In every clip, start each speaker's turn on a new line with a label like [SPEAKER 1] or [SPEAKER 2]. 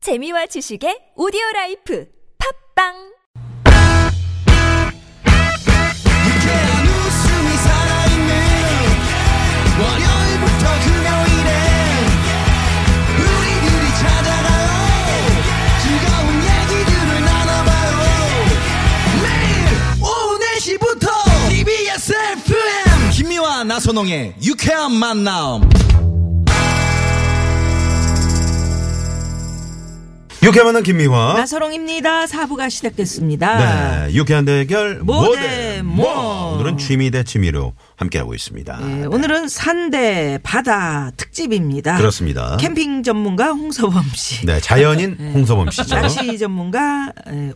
[SPEAKER 1] 재미와 지식의 오디오 라이프 팝빵
[SPEAKER 2] 유쾌한 웃음이 살아있는 월요일부터 금요일에 우리들이 찾아가요 즐거운 얘기들을 나눠봐요 매일 오후 4시부터 TBS FM 김미와 나선홍의 유쾌한 만남
[SPEAKER 3] 유쾌한 만남 김미화.
[SPEAKER 4] 나서롱입니다. 사부가 시작됐습니다.
[SPEAKER 3] 어? 네. 유쾌한 대결
[SPEAKER 4] 모
[SPEAKER 3] 모델
[SPEAKER 4] 대
[SPEAKER 3] 모.
[SPEAKER 4] 모.
[SPEAKER 3] 오늘은 취미 대 취미로 함께하고 있습니다.
[SPEAKER 4] 예, 오늘은 산대 바다 특집입니다.
[SPEAKER 3] 그렇습니다.
[SPEAKER 4] 캠핑 전문가 홍서범 씨,
[SPEAKER 3] 네. 자연인 홍서범 씨죠.
[SPEAKER 4] 낚시 전문가 에,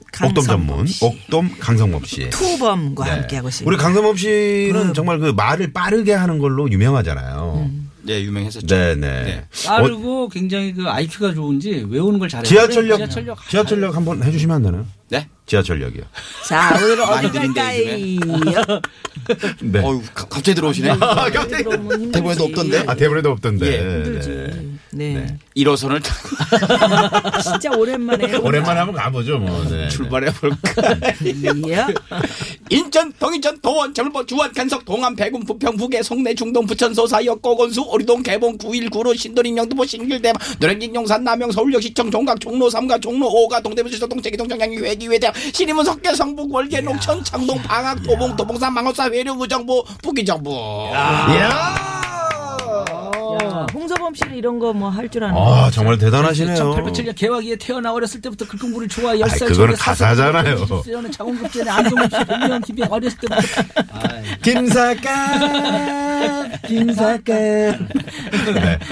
[SPEAKER 3] 옥돔
[SPEAKER 4] 강성범
[SPEAKER 3] 전문
[SPEAKER 4] 씨,
[SPEAKER 3] 옥돔 강성범 씨.
[SPEAKER 4] 투범과
[SPEAKER 3] 네.
[SPEAKER 4] 함께하고 있습니다.
[SPEAKER 3] 우리 강성범 씨는 정말 그 말을 빠르게 하는 걸로 유명하잖아요.
[SPEAKER 4] 음.
[SPEAKER 5] 네, 유명했었죠.
[SPEAKER 3] 네네. 어,
[SPEAKER 6] 빠르고 굉장히 그 IQ가 좋은지 외우는 걸 잘해요.
[SPEAKER 3] 지하철역
[SPEAKER 6] 지하철역.
[SPEAKER 3] 지하철역 한번 해주시면 안 되나요?
[SPEAKER 5] 네?
[SPEAKER 3] 지하철역이요.
[SPEAKER 4] 자, 오늘은 어디
[SPEAKER 5] 많이 들린다,
[SPEAKER 4] 갈까요?
[SPEAKER 3] 네.
[SPEAKER 5] 어유 갑자기 들어오시네. 대본에도 없던데.
[SPEAKER 3] 아 대본에도 없던데.
[SPEAKER 5] 예,
[SPEAKER 3] 네.
[SPEAKER 4] 네.
[SPEAKER 5] 1호선을
[SPEAKER 4] 진짜 오랜만에
[SPEAKER 3] 오랜만에 한번 가보죠 뭐. 네.
[SPEAKER 5] 출발해 볼까.
[SPEAKER 4] 이야.
[SPEAKER 5] 인천, 동인천, 도원, 전부, 주안, 간석, 동안, 배군, 부평, 북해, 송내, 중동, 부천, 소사역, 고건수, 오리동, 개봉, 구일, 구로, 신도림, 영등포, 신길대방, 노량진, 용산, 남영, 서울역시청, 종각, 종로, 삼가, 종로, 오가, 동대문, 시서, 동체기, 동창양이, 회기, 회대, 신림은 석계, 성북, 월계, 녹천, 창동, 방학, 도봉, 도봉산, 망원사, 회류, 우정부, 예. 북이정부.
[SPEAKER 4] 야, 홍서범 씨는 이런 거 뭐 할 줄 아는
[SPEAKER 3] 아 정말 대단하시네요.
[SPEAKER 6] 1887년 개화기에 태어나 어렸을 때부터 글공부를 좋아해
[SPEAKER 3] 아이,
[SPEAKER 6] 10살
[SPEAKER 3] 그거는 가사잖아요.
[SPEAKER 6] 전에 장원급제에 안성급 씨, 백미원 TV 어렸을 때부터
[SPEAKER 3] 김사갑, 김사갑. 네.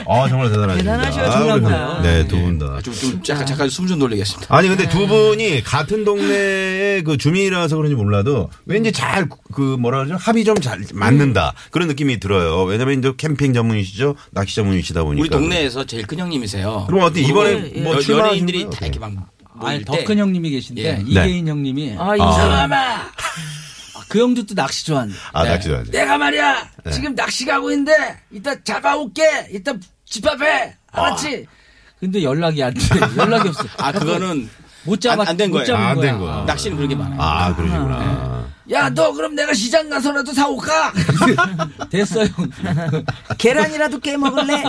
[SPEAKER 3] 아, 정말 대단하십니다.
[SPEAKER 4] 대단하셔요,
[SPEAKER 3] 아,
[SPEAKER 4] 정말.
[SPEAKER 3] 그래요. 네, 두 분 다.
[SPEAKER 5] 아, 좀, 좀, 잠깐, 잠깐 숨 좀 돌리겠습니다.
[SPEAKER 3] 아니, 근데 두 분이 같은 동네의 그 주민이라서 그런지 몰라도 왠지 잘, 그, 뭐라 그러죠? 합이 좀 잘 맞는다. 그런 느낌이 들어요. 왜냐면 이제 캠핑 전문이시죠? 낚시 전문이시다 보니까.
[SPEAKER 5] 우리 동네에서 제일 큰 형님이세요.
[SPEAKER 3] 그럼 어때? 이번에
[SPEAKER 5] 그리고
[SPEAKER 3] 뭐
[SPEAKER 5] 여-
[SPEAKER 3] 출마하신
[SPEAKER 5] 연예인들이
[SPEAKER 3] 거예요?
[SPEAKER 5] 다 이렇게 막
[SPEAKER 6] 아니
[SPEAKER 5] 모일 때
[SPEAKER 6] 더큰 형님이 계신데
[SPEAKER 3] 네.
[SPEAKER 5] 예.
[SPEAKER 6] 이계인 형님이
[SPEAKER 4] 아, 이 사람.
[SPEAKER 6] 아, 그 형도 또 낚시 좋아하는.
[SPEAKER 3] 아, 네.
[SPEAKER 5] 네.
[SPEAKER 3] 낚시 좋아하죠.
[SPEAKER 6] 내가 말이야 지금 낚시 가고 있는데 이따 잡아올게. 이따 집합해. 알았지?
[SPEAKER 3] 아.
[SPEAKER 6] 근데 연락이 안 돼. 연락이 없어.
[SPEAKER 5] 아 그거는
[SPEAKER 6] 못 잡아
[SPEAKER 5] 안- 안된
[SPEAKER 6] 못
[SPEAKER 5] 거예요.
[SPEAKER 6] 잡은
[SPEAKER 3] 안 된
[SPEAKER 6] 거야.
[SPEAKER 3] 거야.
[SPEAKER 5] 낚시는 그렇게 많아요.
[SPEAKER 3] 아, 그러시구나.
[SPEAKER 6] 야, 너 그럼 내가 시장 가서라도 사올까? 됐어요.
[SPEAKER 3] 아,
[SPEAKER 4] 계란이라도 깨 먹을래?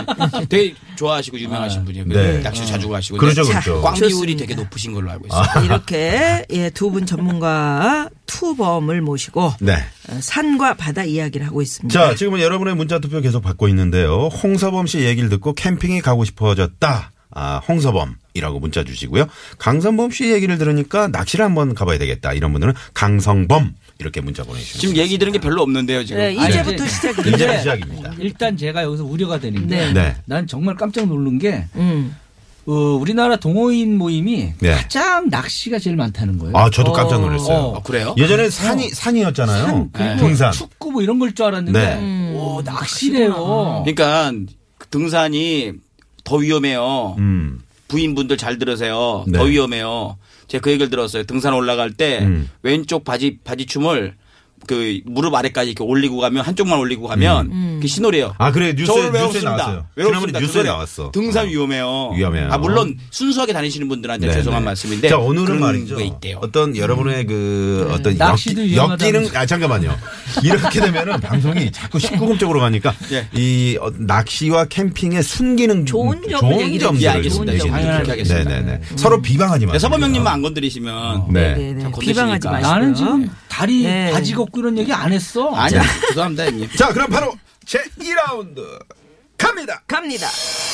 [SPEAKER 5] 되게 좋아하시고 유명하신 분이에요.
[SPEAKER 3] 네.
[SPEAKER 5] 낚시 자주 가시고
[SPEAKER 3] 그렇죠,
[SPEAKER 5] 네.
[SPEAKER 3] 그렇죠. 아.
[SPEAKER 5] 꽝비율이
[SPEAKER 4] 좋습니다.
[SPEAKER 5] 되게 높으신 걸로 알고 있어요.
[SPEAKER 4] 이렇게 예, 두 분 전문가 투범을 모시고
[SPEAKER 3] 네.
[SPEAKER 4] 어, 산과 바다 이야기를 하고 있습니다.
[SPEAKER 3] 자, 지금은 여러분의 문자 투표 계속 받고 있는데요. 홍서범 씨 얘기를 듣고 캠핑이 가고 싶어졌다. 아, 홍서범이라고 문자 주시고요. 강성범 씨 얘기를 들으니까 낚시를 한번 가봐야 되겠다. 이런 분들은 강성범 이렇게 문자 보내주시면
[SPEAKER 5] 지금 얘기 들은 게 별로 없는데요. 지금
[SPEAKER 4] 네, 이제부터 시작이에요.
[SPEAKER 3] 이제 시작입니다.
[SPEAKER 6] 네. 일단 제가 여기서 우려가 되는 게,
[SPEAKER 4] 네.
[SPEAKER 3] 네.
[SPEAKER 6] 난 정말 깜짝 놀란 게,
[SPEAKER 4] 음.
[SPEAKER 6] 어, 우리나라 동호인 모임이
[SPEAKER 3] 네.
[SPEAKER 6] 가장 낚시가 제일 많다는 거예요.
[SPEAKER 3] 아, 저도 깜짝
[SPEAKER 5] 아,
[SPEAKER 3] 놀랐어요.
[SPEAKER 5] 그래요? 어.
[SPEAKER 3] 예전에 산이 산이었잖아요.
[SPEAKER 6] 그리고
[SPEAKER 3] 등산.
[SPEAKER 6] 축구 뭐 이런 걸 줄 알았는데, 어,
[SPEAKER 3] 네.
[SPEAKER 6] 오, 낚시래요.
[SPEAKER 5] 그러니까 그 등산이 더 위험해요.
[SPEAKER 3] 음.
[SPEAKER 5] 부인분들 잘 들으세요.
[SPEAKER 3] 네.
[SPEAKER 5] 더 위험해요. 제가 그 얘기를 들었어요. 등산 올라갈 때
[SPEAKER 3] 음.
[SPEAKER 5] 왼쪽 바지 바지춤을 그 무릎 아래까지 이렇게 올리고 가면 한쪽만 올리고 가면 그 신호래요.
[SPEAKER 3] 아, 그래. 뉴스에-
[SPEAKER 5] 저를
[SPEAKER 3] 뉴스에
[SPEAKER 5] 외웠습니다.
[SPEAKER 3] 나왔어요.
[SPEAKER 5] 외웠습니다.
[SPEAKER 3] 지난번에 뉴스에
[SPEAKER 5] 등산이-
[SPEAKER 3] 나왔어.
[SPEAKER 5] 등산
[SPEAKER 3] 어.
[SPEAKER 5] 위험해요.
[SPEAKER 3] 위험해요.
[SPEAKER 5] 아 물론 순수하게 다니시는 분들한테
[SPEAKER 3] 네,
[SPEAKER 5] 죄송한
[SPEAKER 3] 네.
[SPEAKER 5] 말씀인데.
[SPEAKER 3] 자, 오늘은
[SPEAKER 5] 그런
[SPEAKER 3] 말이죠.
[SPEAKER 5] 게 있대요. 음.
[SPEAKER 3] 어떤 여러분의 그 어떤
[SPEAKER 6] 네. 낚시도
[SPEAKER 3] 엮기-
[SPEAKER 6] 위험하다는
[SPEAKER 3] 엮이는 아 잠깐만요. 이렇게 되면은 방송이 자꾸 19금 쪽으로 가니까
[SPEAKER 5] 예.
[SPEAKER 3] 이 어, 낚시와 캠핑의 순기능
[SPEAKER 4] 좋은 점을 얘기해
[SPEAKER 3] 점들을
[SPEAKER 5] 예, 알겠습니다.
[SPEAKER 3] 좀
[SPEAKER 5] 알겠습니다.
[SPEAKER 3] 얘기해
[SPEAKER 5] 그렇게
[SPEAKER 3] 주십시오.
[SPEAKER 5] 하겠습니다.
[SPEAKER 3] 네네네.
[SPEAKER 6] 음.
[SPEAKER 3] 서로 비방하지 마세요.
[SPEAKER 5] 네, 서범 형님만 안 건드리시면.
[SPEAKER 3] 네.
[SPEAKER 4] 네, 네.
[SPEAKER 5] 자, 건드시니까. 아,
[SPEAKER 4] 비방하지 마시고요.
[SPEAKER 6] 나는 지금 다리
[SPEAKER 4] 네.
[SPEAKER 6] 바지 걷고 이런 얘기 안 했어.
[SPEAKER 5] 아니야. 죄송합니다, 형님.
[SPEAKER 3] 자, 그럼 바로 제 2라운드 갑니다.
[SPEAKER 4] 갑니다.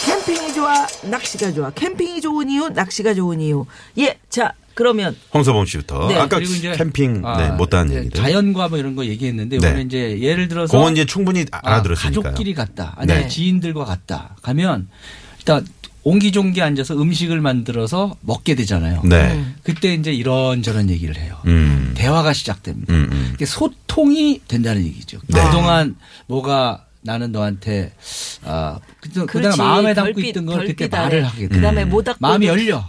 [SPEAKER 4] 캠핑이 좋아, 낚시가 좋아. 캠핑이 좋은 이유, 낚시가 좋은 이유. 예, 자 그러면
[SPEAKER 3] 홍서범 씨부터
[SPEAKER 4] 네,
[SPEAKER 3] 아까
[SPEAKER 6] 그리고 이제
[SPEAKER 3] 그러니까 캠핑
[SPEAKER 6] 아,
[SPEAKER 3] 네, 못다는
[SPEAKER 6] 이제
[SPEAKER 3] 얘기들.
[SPEAKER 6] 자연과 뭐 이런 거 얘기했는데
[SPEAKER 3] 네.
[SPEAKER 6] 오늘 이제 예를 들어서
[SPEAKER 3] 그건 이제 충분히
[SPEAKER 6] 아,
[SPEAKER 3] 알아들었으니까요.
[SPEAKER 6] 가족끼리 갔다 아니면
[SPEAKER 4] 네.
[SPEAKER 6] 지인들과 갔다 가면 일단 옹기종기 앉아서 음식을 만들어서 먹게 되잖아요.
[SPEAKER 3] 네.
[SPEAKER 6] 그때 이제 이런저런 얘기를 해요.
[SPEAKER 3] 음.
[SPEAKER 6] 대화가 시작됩니다.
[SPEAKER 3] 음, 네. 음.
[SPEAKER 6] 이게 소통이 된다는 얘기죠. 그동안 뭐가 나는 너한테 아 그때 그다음
[SPEAKER 4] 그렇지.
[SPEAKER 6] 마음에 담고
[SPEAKER 4] 별빛,
[SPEAKER 6] 있던 걸 그때
[SPEAKER 4] 별빛 아래.
[SPEAKER 6] 말을 하게 돼.
[SPEAKER 4] 그다음에 못 닦고
[SPEAKER 6] 마음이 열려.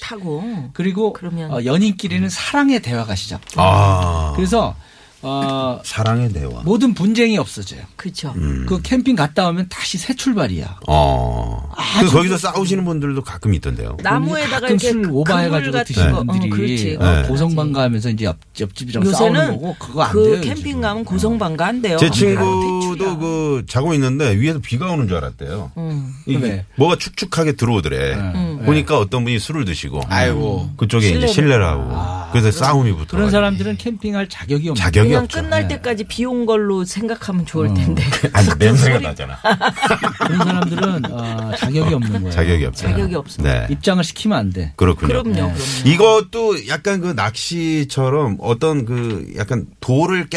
[SPEAKER 4] 타고
[SPEAKER 6] 그리고
[SPEAKER 4] 그러면-
[SPEAKER 3] 음.
[SPEAKER 6] 어, 연인끼리는 사랑의 대화가 시작.
[SPEAKER 3] 아.
[SPEAKER 6] 그래서 어,
[SPEAKER 3] 사랑의 대화.
[SPEAKER 6] 모든 분쟁이 없어져요.
[SPEAKER 4] 그렇죠.
[SPEAKER 3] 음.
[SPEAKER 6] 그 캠핑 갔다 오면 다시 새 출발이야.
[SPEAKER 3] 어. 그 거기서 싸우시는 분들도 가끔 있던데요.
[SPEAKER 4] 나무에다가
[SPEAKER 6] 가끔
[SPEAKER 4] 이렇게
[SPEAKER 6] 술
[SPEAKER 4] 그
[SPEAKER 6] 오바해가지고
[SPEAKER 4] 그물 같은
[SPEAKER 6] 드시는
[SPEAKER 4] 거. 어,
[SPEAKER 6] 분들이
[SPEAKER 4] 그렇지.
[SPEAKER 6] 어,
[SPEAKER 3] 네.
[SPEAKER 6] 고성방 가면서 이제 옆, 옆집이랑 싸우는 거고
[SPEAKER 4] 요새는
[SPEAKER 6] 그거 안
[SPEAKER 4] 그
[SPEAKER 6] 돼요. 요즘.
[SPEAKER 4] 캠핑 가면 고성방가 안 돼요.
[SPEAKER 3] 제
[SPEAKER 4] 택출이야.
[SPEAKER 3] 친구도 그 자고 있는데 위에서 비가 오는 줄 알았대요. 이게
[SPEAKER 6] 왜?
[SPEAKER 3] 뭐가 축축하게 들어오더래.
[SPEAKER 6] 음.
[SPEAKER 3] 보니까 어떤 분이 술을 드시고
[SPEAKER 5] 네. 아이고.
[SPEAKER 3] 그쪽에 이제 신뢰를 하고 그래서 싸움이 붙어.
[SPEAKER 6] 그런 사람들은 캠핑할 자격이 없는
[SPEAKER 3] 자격이
[SPEAKER 4] 그냥
[SPEAKER 3] 없죠.
[SPEAKER 6] 예.
[SPEAKER 4] 끝날 때까지 비 온 걸로 생각하면
[SPEAKER 6] 어.
[SPEAKER 4] 좋을 텐데.
[SPEAKER 3] 아니 냄새가 나잖아.
[SPEAKER 6] 그런 사람들은 어, 자격이 없는 거예요.
[SPEAKER 3] 자격이 없죠.
[SPEAKER 4] 자격이 없어.
[SPEAKER 3] 네.
[SPEAKER 6] 입장을 시키면 안 돼.
[SPEAKER 3] 그렇군요.
[SPEAKER 6] 네.
[SPEAKER 4] 그럼요. 그럼요.
[SPEAKER 3] 이것도 약간 그 낚시처럼 어떤 그 약간 도를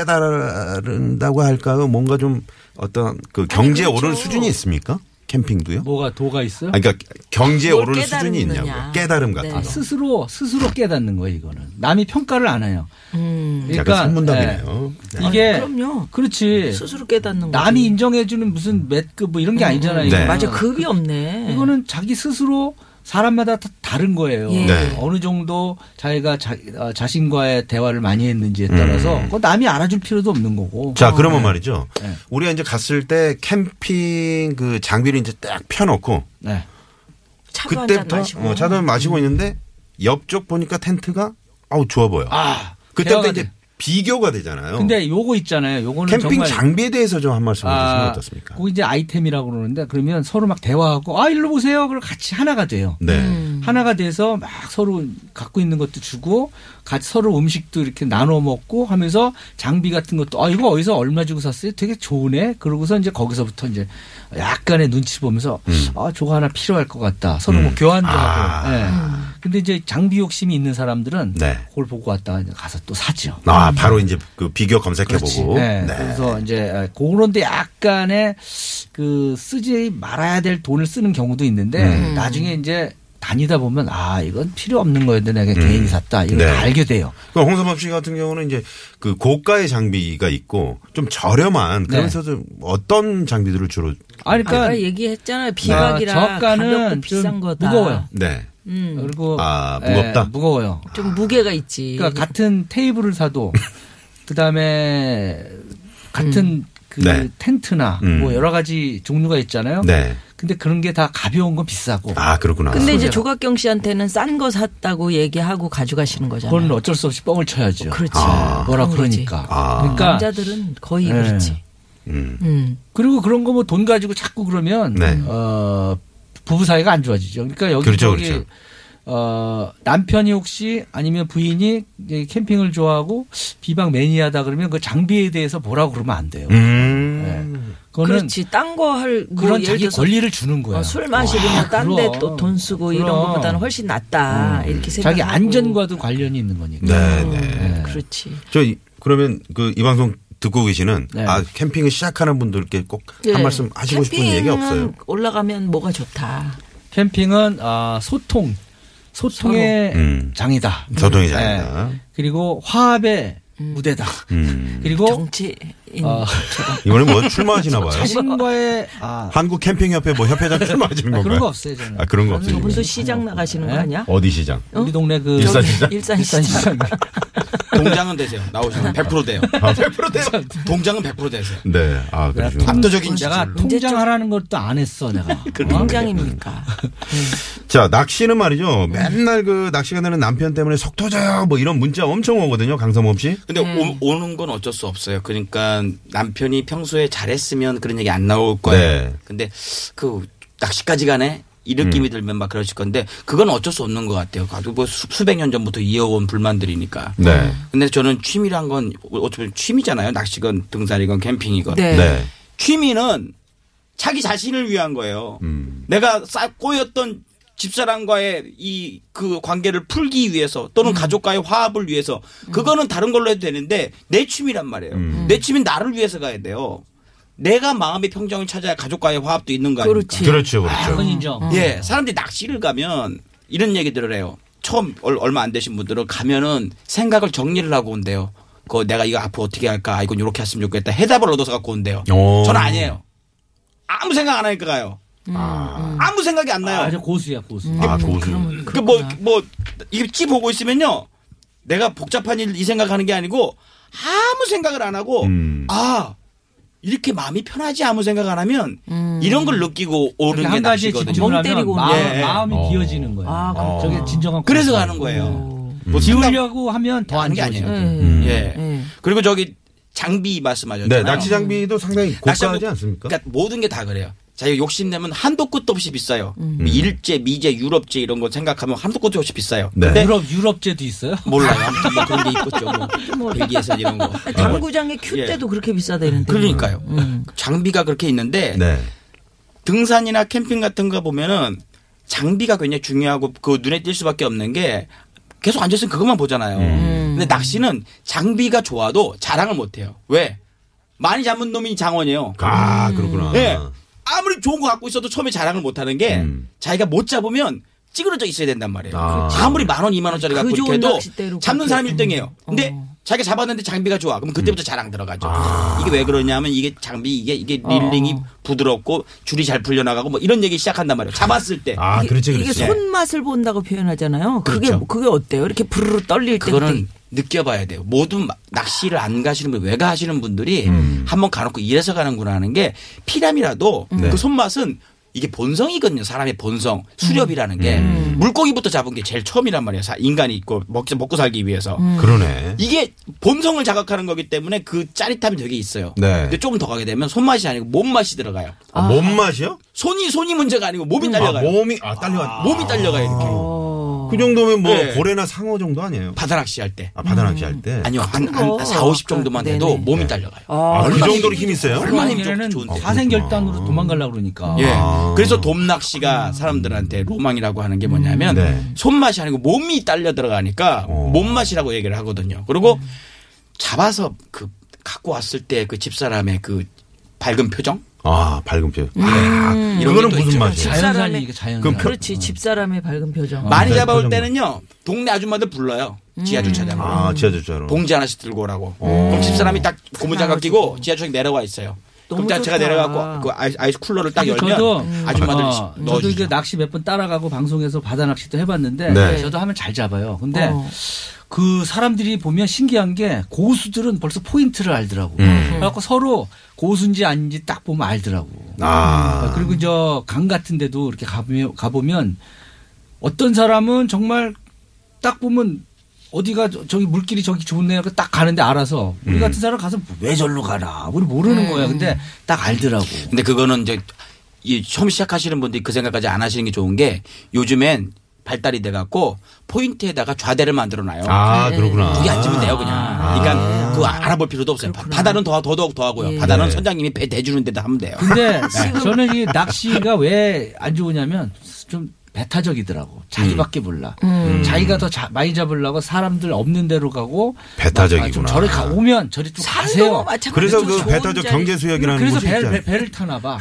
[SPEAKER 3] 깨달은다고 할까요? 뭔가 좀 어떤 그 경제에
[SPEAKER 4] 그렇죠.
[SPEAKER 3] 오르는 수준이 있습니까? 캠핑도요?
[SPEAKER 6] 뭐가 도가 있어요? 아,
[SPEAKER 3] 아, 그러니까 경제에
[SPEAKER 4] 뭘
[SPEAKER 3] 오르는 수준이
[SPEAKER 4] 깨달느냐.
[SPEAKER 3] 있냐고요. 깨달음 같은
[SPEAKER 4] 네.
[SPEAKER 3] 거.
[SPEAKER 6] 스스로 스스로 깨닫는 거예요 이거는 남이 평가를 안 해요. 그러니까
[SPEAKER 3] 약간 선문답이네요.
[SPEAKER 6] 예, 이게
[SPEAKER 4] 음. 아니, 그럼요.
[SPEAKER 6] 그렇지.
[SPEAKER 4] 스스로 깨닫는 거.
[SPEAKER 6] 네. 남이 인정해주는 무슨 맷급 뭐 이런 게 아니잖아요.
[SPEAKER 3] 네.
[SPEAKER 6] 이거는.
[SPEAKER 4] 맞아 급이 없네.
[SPEAKER 6] 예. 이거는 자기 스스로 사람마다 다 다른 거예요.
[SPEAKER 4] 예.
[SPEAKER 3] 네.
[SPEAKER 6] 어느 정도 자기가 자, 어, 자신과의 대화를 많이 했는지에 따라서 그거 남이 알아줄 필요도 없는 거고.
[SPEAKER 3] 음. 자, 그러면 말이죠.
[SPEAKER 6] 네.
[SPEAKER 3] 우리가 이제 갔을 때 캠핑 그 장비를 이제 딱 펴놓고
[SPEAKER 6] 네.
[SPEAKER 4] 차도 한잔
[SPEAKER 3] 그때부터
[SPEAKER 4] 마시고.
[SPEAKER 3] 어,
[SPEAKER 6] 아,
[SPEAKER 3] 자도
[SPEAKER 6] 음.
[SPEAKER 3] 마시고 있는데 옆쪽 보니까 텐트가 아우 좋아 보여.
[SPEAKER 6] 아
[SPEAKER 3] 그때부터
[SPEAKER 6] 대화가
[SPEAKER 3] 이제
[SPEAKER 6] 돼.
[SPEAKER 3] 비교가 되잖아요.
[SPEAKER 6] 근데 요거 있잖아요. 요거는
[SPEAKER 3] 캠핑
[SPEAKER 6] 정말 아,
[SPEAKER 3] 장비에 대해서 좀 한 말씀 해주시면 어떻습니까?
[SPEAKER 6] 그거 이제 아이템이라고 그러는데 그러면 서로 막 대화하고 아 일로 보세요. 그럼 같이 하나가 돼요.
[SPEAKER 3] 네.
[SPEAKER 6] 하나가 돼서 막 서로 갖고 있는 것도 주고 같이 서로 음식도 이렇게 나눠 먹고 하면서 장비 같은 것도 아 이거 어디서 얼마 주고 샀어요? 되게 좋으네. 그러고서 이제 거기서부터 이제 약간의 눈치 보면서 아 저거 하나 필요할 것 같다. 서로 뭐 교환도
[SPEAKER 3] 음. 아.
[SPEAKER 6] 하고. 예. 근데 이제 장비 욕심이 있는 사람들은
[SPEAKER 3] 네.
[SPEAKER 6] 그걸 보고 왔다가 이제 가서 또 사죠.
[SPEAKER 3] 아, 바로 이제 그 비교 검색해보고.
[SPEAKER 6] 네. 그래서 이제 아, 그런데 약간의 그 쓰지 말아야 될 돈을 쓰는 경우도 있는데
[SPEAKER 3] 음.
[SPEAKER 6] 나중에 이제 다니다 보면 아 이건 필요 없는 거였는데 내가 괜히 샀다 이걸
[SPEAKER 3] 네.
[SPEAKER 6] 알게 돼요.
[SPEAKER 3] 그 홍삼밥 씨 같은 경우는 이제 그 고가의 장비가 있고 좀
[SPEAKER 6] 네.
[SPEAKER 3] 저렴한 그러면서 좀 어떤 장비들을 주로
[SPEAKER 6] 아니
[SPEAKER 4] 아까
[SPEAKER 6] 그러니까
[SPEAKER 4] 얘기했잖아요. 비박이라
[SPEAKER 6] 아, 저가는
[SPEAKER 4] 가볍고
[SPEAKER 6] 좀
[SPEAKER 4] 비싼 거다. 음.
[SPEAKER 6] 무거워요.
[SPEAKER 3] 네.
[SPEAKER 6] 그리고
[SPEAKER 3] 아,
[SPEAKER 6] 예,
[SPEAKER 3] 무겁다?
[SPEAKER 6] 무거워요.
[SPEAKER 4] 좀 무게가 있지.
[SPEAKER 6] 그러니까 같은 테이블을 사도 그다음에 같은
[SPEAKER 4] 음.
[SPEAKER 6] 그
[SPEAKER 3] 네.
[SPEAKER 6] 텐트나
[SPEAKER 3] 음.
[SPEAKER 6] 뭐 여러 가지 종류가 있잖아요.
[SPEAKER 3] 네.
[SPEAKER 6] 근데 그런 게 다 가벼운 건 비싸고
[SPEAKER 3] 아, 그렇구나.
[SPEAKER 4] 근데 이제
[SPEAKER 6] 소재가.
[SPEAKER 4] 조각경 씨한테는 싼 거 샀다고 얘기하고 가져가시는 거잖아요.
[SPEAKER 6] 그건 어쩔 수 없이 뻥을 쳐야죠.
[SPEAKER 4] 네. 그렇지.
[SPEAKER 6] 아, 뭐라
[SPEAKER 4] 그런 거지.
[SPEAKER 6] 그러니까.
[SPEAKER 3] 아.
[SPEAKER 6] 그러니까
[SPEAKER 4] 남자들은 거의
[SPEAKER 6] 예.
[SPEAKER 4] 그렇지.
[SPEAKER 3] 음.
[SPEAKER 4] 음.
[SPEAKER 6] 그리고 그런 거 뭐 돈 가지고 자꾸 그러면
[SPEAKER 3] 네.
[SPEAKER 6] 어 부부 사이가 안 좋아지죠. 그러니까 여기
[SPEAKER 3] 그렇죠,
[SPEAKER 6] 저기,
[SPEAKER 3] 그렇죠.
[SPEAKER 6] 어 남편이 혹시 아니면 부인이 이제 캠핑을 좋아하고 비방 매니아다 그러면 그 장비에 대해서 뭐라고 그러면 안 돼요.
[SPEAKER 3] 음.
[SPEAKER 6] 그거는
[SPEAKER 4] 그렇지. 딴 거 할뭐
[SPEAKER 6] 그런 자기 권리를 주는 거야.
[SPEAKER 4] 어, 술 마시면 딴 데
[SPEAKER 6] 그럼.
[SPEAKER 4] 또 돈 쓰고 이런
[SPEAKER 6] 그럼. 음.
[SPEAKER 4] 것보다는 훨씬 낫다. 이렇게 생각하고
[SPEAKER 6] 자기 안전과도 관련이 있는 거니까.
[SPEAKER 3] 네,
[SPEAKER 4] 음,
[SPEAKER 3] 네.
[SPEAKER 4] 그렇지.
[SPEAKER 3] 저 이- 그러면 그 이 방송 듣고 계시는
[SPEAKER 6] 네.
[SPEAKER 3] 아, 캠핑을 시작하는 분들께 꼭 한
[SPEAKER 4] 예.
[SPEAKER 3] 말씀 하시고 싶은 얘기 없어요?
[SPEAKER 4] 캠핑은 올라가면 뭐가 좋다.
[SPEAKER 6] 캠핑은 아 소통 소통의
[SPEAKER 3] 서로. 음.
[SPEAKER 6] 장이다.
[SPEAKER 3] 소통의 장이다.
[SPEAKER 6] 네. 그리고 화합의 무대다.
[SPEAKER 3] 음.
[SPEAKER 6] 그리고
[SPEAKER 4] 정치인
[SPEAKER 5] 아,
[SPEAKER 6] 어,
[SPEAKER 3] 이번에 뭐 출마하시나 봐요.
[SPEAKER 6] 자신과의 아,
[SPEAKER 3] 한국 캠핑협회 뭐 협회장 출마하시는 건가요?
[SPEAKER 6] 그런 거 없어요 저는.
[SPEAKER 3] 아, 그런 거
[SPEAKER 6] 저는
[SPEAKER 3] 없어요.
[SPEAKER 4] 분도 시장 나가시는 거
[SPEAKER 6] 네?
[SPEAKER 4] 아니야?
[SPEAKER 3] 어디 시장?
[SPEAKER 6] 우리 동네 그
[SPEAKER 3] 일산
[SPEAKER 4] 저기
[SPEAKER 3] 시장?
[SPEAKER 4] 일산
[SPEAKER 6] 일산
[SPEAKER 4] 시장.
[SPEAKER 6] 시장.
[SPEAKER 5] 동장은 되세요. 나오시면 100% 돼요.
[SPEAKER 3] 아,
[SPEAKER 5] 100% 돼요. 동장은 100% 되세요.
[SPEAKER 3] 네. 아, 그러시구나.
[SPEAKER 5] 압도적인
[SPEAKER 6] 내가
[SPEAKER 5] 지지율로.
[SPEAKER 6] 통장하라는 것도 안 했어 내가.
[SPEAKER 4] 공장입니까?
[SPEAKER 3] 자, 낚시는 말이죠. 맨날 그 낚시가 되는 남편 때문에 속 터져요. 뭐 이런 문자 엄청 오거든요. 강성범 씨.
[SPEAKER 5] 근데 오, 오는 건 어쩔 수 없어요. 그러니까 남편이 평소에 잘했으면 그런 얘기 안 나올 거예요.
[SPEAKER 3] 네.
[SPEAKER 5] 근데 그 낚시까지 가네. 이
[SPEAKER 3] 음.
[SPEAKER 5] 느낌이 들면 막 그러실 건데 그건 어쩔 수 없는 것 같아요. 가지고 뭐 수, 수백 년 전부터 이어온 불만들이니까.
[SPEAKER 3] 네.
[SPEAKER 5] 근데 저는 취미란 건 어차피 취미잖아요. 낚시건 등산이건 캠핑이건.
[SPEAKER 4] 네.
[SPEAKER 3] 네.
[SPEAKER 5] 취미는 자기 자신을 위한 거예요.
[SPEAKER 3] 음.
[SPEAKER 5] 내가 싹 꼬였던 집사람과의 이 그 관계를 풀기 위해서 또는 가족과의 화합을 위해서 그거는 다른 걸로 해도 되는데 내 취미란 말이에요. 내 취미는 나를 위해서 가야 돼요. 내가 마음의 평정을 찾아야 가족과의 화합도 있는 거 아닙니까?
[SPEAKER 4] 그렇지.
[SPEAKER 3] 그렇죠.
[SPEAKER 6] 아,
[SPEAKER 3] 그렇죠.
[SPEAKER 6] 그건 인정.
[SPEAKER 5] 예, 사람들이 낚시를 가면 이런 얘기들을 해요. 처음 얼- 얼마 안 되신 분들은 가면은 생각을 정리를 하고 온대요. 그 내가 이거 앞으로 어떻게 할까? 아, 이건 이렇게 했으면 좋겠다. 해답을 얻어서 갖고 온대요.
[SPEAKER 3] 오.
[SPEAKER 5] 저는 아니에요. 아무 생각 안 하니까 가요. 아무 생각이 안 나요.
[SPEAKER 6] 아주 고수야 고수.
[SPEAKER 5] 음.
[SPEAKER 3] 아, 고수.
[SPEAKER 5] 그 뭐 뭐 이게 찌 보고 있으면요. 내가 복잡한 일 이 생각하는 게 아니고 아무 생각을 안 하고
[SPEAKER 3] 음.
[SPEAKER 5] 아 이렇게 마음이 편하지 아무 생각 안 하면 이런 걸 느끼고 오는
[SPEAKER 6] 이렇게
[SPEAKER 5] 게
[SPEAKER 6] 음. 한 가지에
[SPEAKER 5] 낚시거든요.
[SPEAKER 6] 집중을 하면
[SPEAKER 4] 때리고
[SPEAKER 6] 마음,
[SPEAKER 5] 예.
[SPEAKER 6] 마음이
[SPEAKER 3] 어.
[SPEAKER 6] 기어지는 거예요.
[SPEAKER 4] 아, 그렇구나.
[SPEAKER 6] 저게 진정한
[SPEAKER 5] 그래서
[SPEAKER 6] 고통.
[SPEAKER 5] 가는 거예요.
[SPEAKER 4] 오.
[SPEAKER 5] 뭐 상담-
[SPEAKER 6] 음. 기우려고 하면 더 안
[SPEAKER 5] 하는 게
[SPEAKER 6] 기어져요.
[SPEAKER 5] 아니에요.
[SPEAKER 4] 음.
[SPEAKER 5] 예.
[SPEAKER 4] 예.
[SPEAKER 5] 그리고 저기 장비 말씀하셨잖아요.
[SPEAKER 3] 네, 낚시 장비도 상당히
[SPEAKER 5] 낚시 한번-
[SPEAKER 3] 고가하지 않습니까?
[SPEAKER 5] 그러니까 모든 게 다 그래요. 자기가 욕심내면 한도 끝도 없이 비싸요.
[SPEAKER 6] 음.
[SPEAKER 5] 뭐 일제, 미제, 유럽제 이런 거 생각하면 한도 끝도 없이 비싸요.
[SPEAKER 3] 네.
[SPEAKER 5] 근데
[SPEAKER 6] 유럽 유럽제도 있어요.
[SPEAKER 5] 몰라요. 아무튼 뭐 그런 게 있겠죠. 뭐 벨기에서 이런 거.
[SPEAKER 4] 당구장의 음. 큐
[SPEAKER 5] 예.
[SPEAKER 4] 때도 그렇게 비싸다는데.
[SPEAKER 5] 그러니까요. 장비가 그렇게 있는데
[SPEAKER 3] 네.
[SPEAKER 5] 등산이나 캠핑 같은 거 보면은 장비가 굉장히 중요하고 그 눈에 띌 수밖에 없는 게 계속 앉아있으면 그것만 보잖아요. 근데 낚시는 장비가 좋아도 자랑을 못 해요. 왜? 많이 잡은 놈이 장원이에요.
[SPEAKER 3] 아, 그렇구나.
[SPEAKER 5] 예. 아무리 좋은 거 갖고 있어도 처음에 자랑을 못 하는 게
[SPEAKER 3] 음.
[SPEAKER 5] 자기가 못 잡으면 찌그러져 있어야 된단 말이에요.
[SPEAKER 3] 아.
[SPEAKER 5] 아. 무리 만 원, 이만 원짜리
[SPEAKER 4] 그
[SPEAKER 5] 갖고 이렇게
[SPEAKER 4] 좋은
[SPEAKER 5] 해도
[SPEAKER 4] 낚싯대로
[SPEAKER 5] 잡는
[SPEAKER 4] 그렇게.
[SPEAKER 5] 사람 일등이에요
[SPEAKER 4] 음.
[SPEAKER 5] 근데
[SPEAKER 4] 어.
[SPEAKER 5] 자기가 잡았는데 장비가 좋아. 그럼 그때부터
[SPEAKER 3] 음.
[SPEAKER 5] 자랑 들어가죠.
[SPEAKER 3] 아.
[SPEAKER 5] 이게 왜 그러냐면 이게 장비 이게 이게 릴링이
[SPEAKER 4] 어.
[SPEAKER 5] 부드럽고 줄이 잘 풀려나가고 뭐 이런 얘기 시작한단 말이에요. 잡았을 때.
[SPEAKER 3] 아, 그렇지,
[SPEAKER 4] 이게
[SPEAKER 3] 그렇지.
[SPEAKER 4] 손맛을 본다고 표현하잖아요. 그게
[SPEAKER 5] 그렇죠.
[SPEAKER 4] 그게 어때요? 이렇게 부르르 떨릴 때
[SPEAKER 5] 그거는 느껴봐야 돼요. 모든 마- 낚시를 안 가시는 분, 외가 하시는 분들이
[SPEAKER 3] 음.
[SPEAKER 5] 한번 가놓고 이래서 가는구나 하는 게 피람이라도
[SPEAKER 3] 네.
[SPEAKER 5] 그 손맛은 이게 본성이거든요. 사람의 본성, 수렵이라는
[SPEAKER 3] 음.
[SPEAKER 5] 게 물고기부터 잡은 게 제일 처음이란 말이에요. 사- 인간이 있고 먹, 먹고 살기 위해서.
[SPEAKER 4] 음.
[SPEAKER 3] 그러네.
[SPEAKER 5] 이게 본성을 자극하는 거기 때문에 그 짜릿함이 되게 있어요.
[SPEAKER 3] 네.
[SPEAKER 5] 근데 조금 더 가게 되면 손맛이 아니고 몸맛이 들어가요.
[SPEAKER 3] 아, 몸맛이요?
[SPEAKER 5] 손이 손이 문제가 아니고
[SPEAKER 4] 음.
[SPEAKER 5] 몸이
[SPEAKER 3] 아,
[SPEAKER 5] 딸려가요.
[SPEAKER 3] 몸이, 아, 딸려가.
[SPEAKER 5] 몸이 딸려가요 이렇게.
[SPEAKER 4] 아.
[SPEAKER 3] 그 정도면 뭐
[SPEAKER 5] 네.
[SPEAKER 3] 고래나 상어 정도 아니에요?
[SPEAKER 5] 바다 낚시할 때.
[SPEAKER 3] 아, 바다 낚시 할 때.
[SPEAKER 5] 아니요. 한,
[SPEAKER 4] 거.
[SPEAKER 5] 한 4, 50 정도만 해도
[SPEAKER 4] 네네.
[SPEAKER 5] 몸이 딸려가요.
[SPEAKER 3] 아, 그 정도로 힘이 있어요?
[SPEAKER 5] 얼마나 힘이
[SPEAKER 6] 는
[SPEAKER 5] 좋은데.
[SPEAKER 6] 사생결단으로 도망가려고 그러니까.
[SPEAKER 5] 예.
[SPEAKER 3] 아.
[SPEAKER 5] 그래서 돔낚시가 사람들한테 로망이라고 하는 게 뭐냐면
[SPEAKER 3] 네.
[SPEAKER 5] 손맛이 아니고 몸이 딸려 들어가니까
[SPEAKER 3] 어.
[SPEAKER 5] 몸맛이라고 얘기를 하거든요. 그리고 잡아서 그 갖고 왔을 때 그 집사람의 그 밝은 표정
[SPEAKER 3] 아, 밝은 표. 아,
[SPEAKER 5] 이런
[SPEAKER 3] 이거는
[SPEAKER 5] 게
[SPEAKER 3] 무슨
[SPEAKER 5] 또
[SPEAKER 3] 맛이에요?
[SPEAKER 6] 자연산이니까 자연산.
[SPEAKER 3] 그럼 그-
[SPEAKER 4] 그렇지 집사람의 밝은 표정.
[SPEAKER 5] 많이
[SPEAKER 3] 네,
[SPEAKER 5] 잡아올
[SPEAKER 3] 표정.
[SPEAKER 5] 때는요 동네 아줌마들 불러요
[SPEAKER 6] 음.
[SPEAKER 5] 지하 주차장. 으로
[SPEAKER 3] 아, 어. 지하철처럼.
[SPEAKER 5] 봉지 하나씩 들고 오라고. 그럼 집사람이 딱 고무장갑 끼고
[SPEAKER 6] 아,
[SPEAKER 4] 나가지고.
[SPEAKER 5] 지하철에 내려와 있어요.
[SPEAKER 4] 너무
[SPEAKER 5] 그럼 딱 제가
[SPEAKER 4] 좋다.
[SPEAKER 5] 내려가고 그 아이- 아이스 쿨러를 딱
[SPEAKER 6] 근데
[SPEAKER 5] 열면
[SPEAKER 6] 저도
[SPEAKER 5] 아줌마들
[SPEAKER 6] 어, 저도 이게
[SPEAKER 5] 넣어주죠.
[SPEAKER 6] 낚시 몇 번 따라가고 방송에서 바다 낚시도 해봤는데
[SPEAKER 3] 네.
[SPEAKER 6] 저도 하면 잘 잡아요. 근데
[SPEAKER 4] 어.
[SPEAKER 6] 그 사람들이 보면 신기한 게 고수들은 벌써 포인트를 알더라고.
[SPEAKER 3] 음.
[SPEAKER 6] 그래갖고 서로 고수인지 아닌지 딱 보면 알더라고.
[SPEAKER 3] 아.
[SPEAKER 6] 그리고 저 강 같은 데도 이렇게 가보면, 가보면 어떤 사람은 정말 딱 보면 어디가 저- 저기 물길이 저기 좋네 하고 딱 가는데 알아서
[SPEAKER 3] 음.
[SPEAKER 6] 우리 같은 사람 가서 왜 절로 가나 우리
[SPEAKER 5] 음.
[SPEAKER 6] 모르는 거야 근데 딱 알더라고
[SPEAKER 5] 근데 그거는 이제 이 처음 시작하시는 분들이 그 생각까지 안 하시는 게 좋은 게 요즘엔 발달이 돼갖고 포인트에다가 좌대를 만들어놔요.
[SPEAKER 3] 아, 그렇구나.
[SPEAKER 5] 거기 앉으면 돼요 그냥. 그러니까 그거 알아볼 필요도 없어요. 바- 바다는 더 더더욱 더 하고요. 바다는
[SPEAKER 3] 네.
[SPEAKER 5] 선장님이 배 대주는 데도 하면 돼요.
[SPEAKER 6] 근데 저는 이 낚시가 왜 안 좋으냐면 좀 배타적이더라고
[SPEAKER 3] 음.
[SPEAKER 6] 자기밖에 몰라 자기가 더 자- 많이 잡으려고 사람들 없는 데로 가고
[SPEAKER 3] 배타적이구나.
[SPEAKER 6] 아, 좀 저리 가 오면 저리 좀
[SPEAKER 4] 산도
[SPEAKER 6] 가세요
[SPEAKER 4] 마찬가지로
[SPEAKER 3] 그래서
[SPEAKER 4] 좋은
[SPEAKER 3] 그 배타적
[SPEAKER 4] 자리.
[SPEAKER 3] 경제 수역이라는
[SPEAKER 6] 그래서
[SPEAKER 3] 곳이 있지
[SPEAKER 6] 배를,
[SPEAKER 3] 않-
[SPEAKER 6] 배, 를 타나 봐.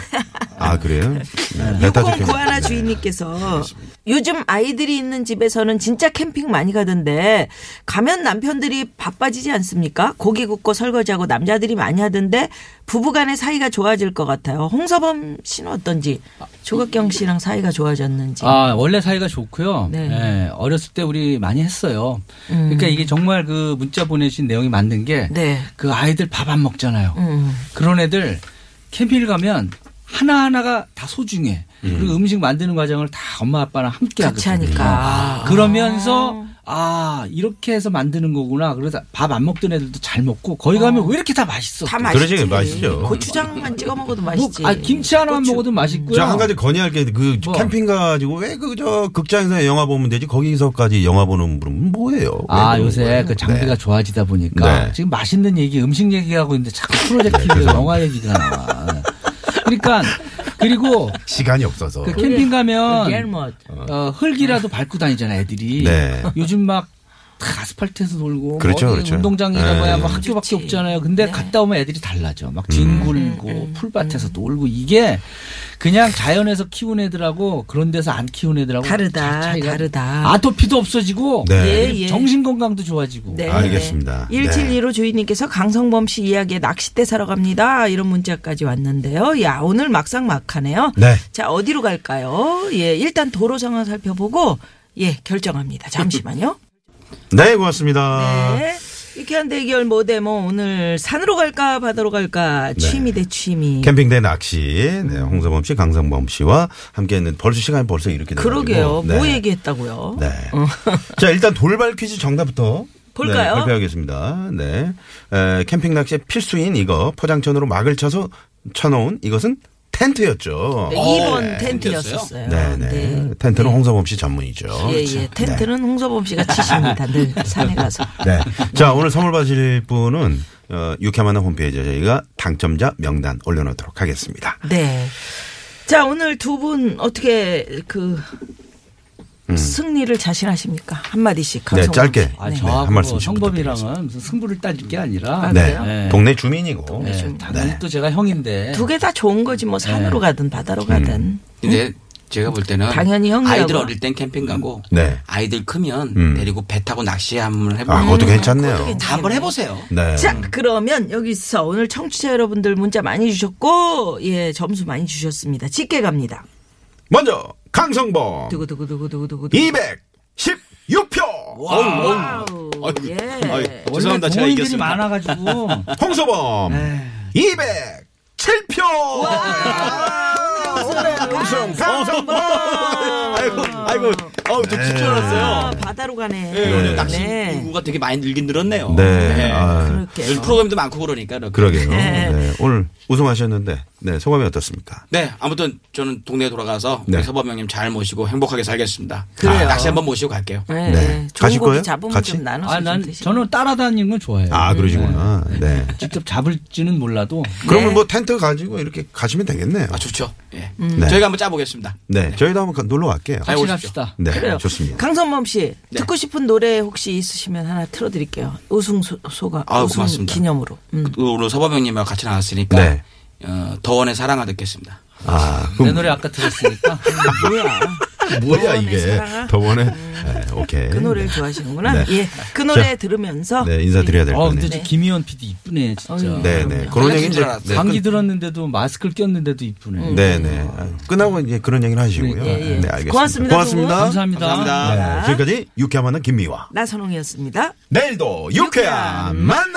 [SPEAKER 3] 아, 그래요? 네, 배타적 경제.
[SPEAKER 4] 음. 공구하나 주인님께서 요즘 아이들이 있는 집에서는 진짜 캠핑 많이 가던데 가면 남편들이 바빠지지 않습니까? 고기 굽고 설거지하고 남자들이 많이 하던데 부부간의 사이가 좋아질 것 같아요. 홍서범 씨는 어떤지 조각경 씨랑 사이가 좋아졌는지.
[SPEAKER 6] 아, 원래 사이가 좋고요.
[SPEAKER 4] 네.
[SPEAKER 6] 예, 어렸을 때 우리 많이 했어요.
[SPEAKER 3] 음.
[SPEAKER 6] 그러니까 이게 정말 그 문자 보내신 내용이 맞는 게 그
[SPEAKER 4] 네.
[SPEAKER 6] 아이들 밥 안 먹잖아요.
[SPEAKER 4] 음.
[SPEAKER 6] 그런 애들 캠핑을 가면 하나하나가 다 소중해. 그리고 음식 만드는 과정을 다 엄마 아빠랑 함께
[SPEAKER 4] 같이
[SPEAKER 6] 하거든요.
[SPEAKER 4] 하니까.
[SPEAKER 6] 아, 그러면서 아, 이렇게 해서 만드는 거구나. 그래서 밥 안 먹던 애들도 잘 먹고 거기 가면 왜 이렇게 다 맛있어?
[SPEAKER 4] 다
[SPEAKER 6] 또.
[SPEAKER 4] 맛있지.
[SPEAKER 3] 그러지, 맛있죠.
[SPEAKER 4] 고추장만 찍어 먹어도
[SPEAKER 6] 뭐,
[SPEAKER 4] 맛있지. 음.
[SPEAKER 6] 아, 김치 하나만 먹어도 맛있고요.
[SPEAKER 3] 저한 가지 건의할 게 그
[SPEAKER 6] 뭐?
[SPEAKER 3] 캠핑 가지고 왜 그 저 극장에서 영화 보면 되지 거기서까지 영화 보는 분은 뭐예요? 왜
[SPEAKER 6] 아
[SPEAKER 3] 그런
[SPEAKER 6] 요새
[SPEAKER 3] 거예요?
[SPEAKER 6] 그 장비가
[SPEAKER 3] 네.
[SPEAKER 6] 좋아지다 보니까
[SPEAKER 3] 네.
[SPEAKER 6] 지금 맛있는 얘기 음식 얘기하고 있는데 자꾸 프로젝트 영화 얘기가 나와 그러니까 그리고
[SPEAKER 3] 시간이 없어서
[SPEAKER 6] 그 캠핑 가면
[SPEAKER 4] 겔못.
[SPEAKER 6] 어, 흙이라도 밟고 다니잖아 애들이
[SPEAKER 3] 네.
[SPEAKER 6] 요즘 막 다 아스팔트에서 놀고 뭐
[SPEAKER 3] 그렇죠,
[SPEAKER 6] 어디
[SPEAKER 3] 그렇죠.
[SPEAKER 6] 운동장이나 뭐야
[SPEAKER 3] 네. 음.
[SPEAKER 6] 뭐 학교밖에
[SPEAKER 4] 좋지.
[SPEAKER 6] 없잖아요
[SPEAKER 4] 네.
[SPEAKER 6] 근데 갔다 오면 애들이 달라져 막 뒹굴고 풀밭에서
[SPEAKER 4] 음.
[SPEAKER 6] 놀고 이게 그냥 자연에서 키운 애들하고 그런 데서 안 키운 애들하고
[SPEAKER 4] 다르다,
[SPEAKER 6] 차이가
[SPEAKER 4] 다르다.
[SPEAKER 6] 아토피도 없어지고
[SPEAKER 3] 네.
[SPEAKER 4] 예, 예.
[SPEAKER 6] 정신 건강도 좋아지고.
[SPEAKER 4] 네.
[SPEAKER 3] 알겠습니다.
[SPEAKER 4] 1715 주인님께서 강성범 씨 이야기에 낚싯대 사러 갑니다. 이런 문자까지 왔는데요. 야, 오늘 막상 막하네요.
[SPEAKER 3] 네.
[SPEAKER 4] 자, 어디로 갈까요? 예, 일단 도로 상황 살펴보고, 예, 결정합니다. 잠시만요.
[SPEAKER 3] 네, 고맙습니다.
[SPEAKER 4] 네. 유쾌한 대결 뭐 대 뭐 오늘 산으로 갈까 바다로 갈까
[SPEAKER 3] 네.
[SPEAKER 4] 취미 대 취미.
[SPEAKER 3] 캠핑 대 낚시. 네, 홍서범 씨, 강상범 씨와 함께 했는데 벌써 시간이 벌써 이렇게 돼가지고.
[SPEAKER 4] 그러게요.
[SPEAKER 3] 네.
[SPEAKER 4] 뭐 얘기했다고요? 어.
[SPEAKER 3] 네. 자, 일단 돌발 퀴즈 정답부터.
[SPEAKER 4] 볼까요?
[SPEAKER 3] 네, 발표하겠습니다. 네. 에, 캠핑 낚시의 필수인 이거 포장천으로 막을 쳐서 쳐놓은 이것은 텐트였죠.
[SPEAKER 4] 네, 2번
[SPEAKER 5] 어,
[SPEAKER 3] 네,
[SPEAKER 4] 텐트였었어요.
[SPEAKER 3] 그렇죠. 네. 텐트는 홍서범 씨 전문이죠.
[SPEAKER 4] 예, 예. 텐트는 홍서범 씨가 치십니다. 늘 산에 가서.
[SPEAKER 3] 네. 자, 오늘 선물 받으실 분은 어, 유쾌만한 홈페이지에 저희가 당첨자 명단 올려놓도록 하겠습니다.
[SPEAKER 4] 네. 자, 오늘 두 분 어떻게 그 승리를 자신하십니까? 한마디씩.
[SPEAKER 3] 네,
[SPEAKER 4] 강성범
[SPEAKER 3] 짧게.
[SPEAKER 4] 씨.
[SPEAKER 6] 아,
[SPEAKER 4] 네.
[SPEAKER 3] 저- 네,
[SPEAKER 6] 저하고
[SPEAKER 3] 한 말씀씩
[SPEAKER 6] 성범이랑은 무슨 승부를 따질 게 아니라
[SPEAKER 3] 네.
[SPEAKER 6] 네.
[SPEAKER 3] 동네 주민이고.
[SPEAKER 6] 네, 당연히 또 제가 형인데
[SPEAKER 4] 두 개 다 좋은 거지 뭐 산으로 가든 바다로 가든.
[SPEAKER 5] 근데 제가 볼 때는
[SPEAKER 4] 당연히 형이라고.
[SPEAKER 5] 아이들 어릴 땐 캠핑 가고
[SPEAKER 3] 네.
[SPEAKER 5] 아이들 크면
[SPEAKER 3] 음.
[SPEAKER 5] 데리고 배 타고 낚시 한번 해보고
[SPEAKER 3] 아, 그것도 괜찮네요.
[SPEAKER 5] 다 한번 해보세요.
[SPEAKER 3] 네.
[SPEAKER 4] 자, 그러면 여기서 오늘 청취자 여러분들 문자 많이 주셨고, 예, 점수 많이 주셨습니다. 집게 갑니다.
[SPEAKER 3] 먼저 강성범
[SPEAKER 4] 두구두구두구두구두구.
[SPEAKER 3] 216표.
[SPEAKER 4] 와우. 예.
[SPEAKER 6] 원래 동호인들이 많아가지고
[SPEAKER 3] 홍서범 207표. 우승 강성범.
[SPEAKER 5] 아이고, 아이고, 아우, 저 진짜
[SPEAKER 4] 아,
[SPEAKER 5] 알았어요.
[SPEAKER 4] 바다로 가네.
[SPEAKER 5] 네,
[SPEAKER 3] 네.
[SPEAKER 5] 낚시
[SPEAKER 4] 네.
[SPEAKER 5] 인구가 되게 많이 늘긴 늘었네요.
[SPEAKER 3] 네.
[SPEAKER 5] 네.
[SPEAKER 3] 아,
[SPEAKER 4] 그렇게.
[SPEAKER 5] 요즘 프로그램도 많고 그러니까. 이렇게.
[SPEAKER 3] 그러게요. 네. 오늘 우승하셨는데 네, 소감이 어떻습니까?
[SPEAKER 5] 네, 아무튼 저는 동네에 돌아가서
[SPEAKER 3] 네.
[SPEAKER 5] 우리 서범 형님 잘 모시고 행복하게 살겠습니다.
[SPEAKER 4] 그래요.
[SPEAKER 5] 낚시 한번 모시고 갈게요.
[SPEAKER 3] 네.
[SPEAKER 4] 네. 네. 좋은
[SPEAKER 3] 가실
[SPEAKER 4] 고기
[SPEAKER 3] 거예요?
[SPEAKER 4] 잡으면
[SPEAKER 3] 같이?
[SPEAKER 4] 좀 나눠서 좀
[SPEAKER 6] 아난
[SPEAKER 4] 드시고.
[SPEAKER 6] 저는 따라다니는 건 좋아해요.
[SPEAKER 3] 아, 그러시구나. 네.
[SPEAKER 6] 직접 잡을지는 몰라도
[SPEAKER 3] 그러면 뭐 텐트 가지고 이렇게 가시면 되겠네요.
[SPEAKER 5] 아, 좋죠. 예.
[SPEAKER 3] 네.
[SPEAKER 5] 저희가 한번 짜보겠습니다.
[SPEAKER 3] 네. 저희도 한번 가- 놀러 갈게요.
[SPEAKER 5] 아,
[SPEAKER 6] 같이
[SPEAKER 5] 오십시오.
[SPEAKER 6] 갑시다.
[SPEAKER 3] 네.
[SPEAKER 4] 그래요.
[SPEAKER 3] 좋습니다.
[SPEAKER 4] 강선범 씨
[SPEAKER 6] 네.
[SPEAKER 4] 듣고 싶은 노래 혹시 있으시면 하나 틀어드릴게요. 우승 소- 소가
[SPEAKER 5] 아유,
[SPEAKER 4] 우승
[SPEAKER 5] 고맙습니다.
[SPEAKER 4] 기념으로. 음.
[SPEAKER 5] 그 오늘 서범 형님하고 같이 나왔으니까
[SPEAKER 3] 네.
[SPEAKER 5] 어, 더원의 사랑을 듣겠습니다.
[SPEAKER 3] 아,
[SPEAKER 6] 내
[SPEAKER 3] 그럼
[SPEAKER 6] 노래 아까 들었으니까
[SPEAKER 4] 뭐야?
[SPEAKER 3] 아, 뭐야
[SPEAKER 4] 더원의
[SPEAKER 3] 이게
[SPEAKER 4] 사랑아?
[SPEAKER 3] 더번에 네, 오케이.
[SPEAKER 4] 그 노래를
[SPEAKER 3] 네.
[SPEAKER 4] 좋아하시는구나.
[SPEAKER 3] 네.
[SPEAKER 4] 예, 그 노래
[SPEAKER 3] 자,
[SPEAKER 4] 들으면서 예,
[SPEAKER 3] 네, 인사드려야 될
[SPEAKER 6] 어
[SPEAKER 3] 거네요.
[SPEAKER 6] 근데 저 김희원 PD 이쁘네 진짜.
[SPEAKER 4] 어이.
[SPEAKER 3] 네, 네. 그런 얘기 이제
[SPEAKER 5] 알았어요.
[SPEAKER 3] 네,
[SPEAKER 6] 감기
[SPEAKER 3] 끝-
[SPEAKER 6] 들었는데도 마스크를 꼈는데도 이쁘네.
[SPEAKER 3] 네, 네. 아, 끝나고 이제 그런 얘기는 하시고요.
[SPEAKER 4] 예, 예.
[SPEAKER 3] 네, 알겠습니다.
[SPEAKER 4] 고맙습니다,
[SPEAKER 3] 고맙습니다.
[SPEAKER 4] 두 분.
[SPEAKER 6] 감사합니다.
[SPEAKER 5] 감사합니다.
[SPEAKER 3] 네, 지금까지 유쾌한 만남 김미화.
[SPEAKER 4] 나선홍이었습니다.
[SPEAKER 3] 내일도 유쾌한 만남.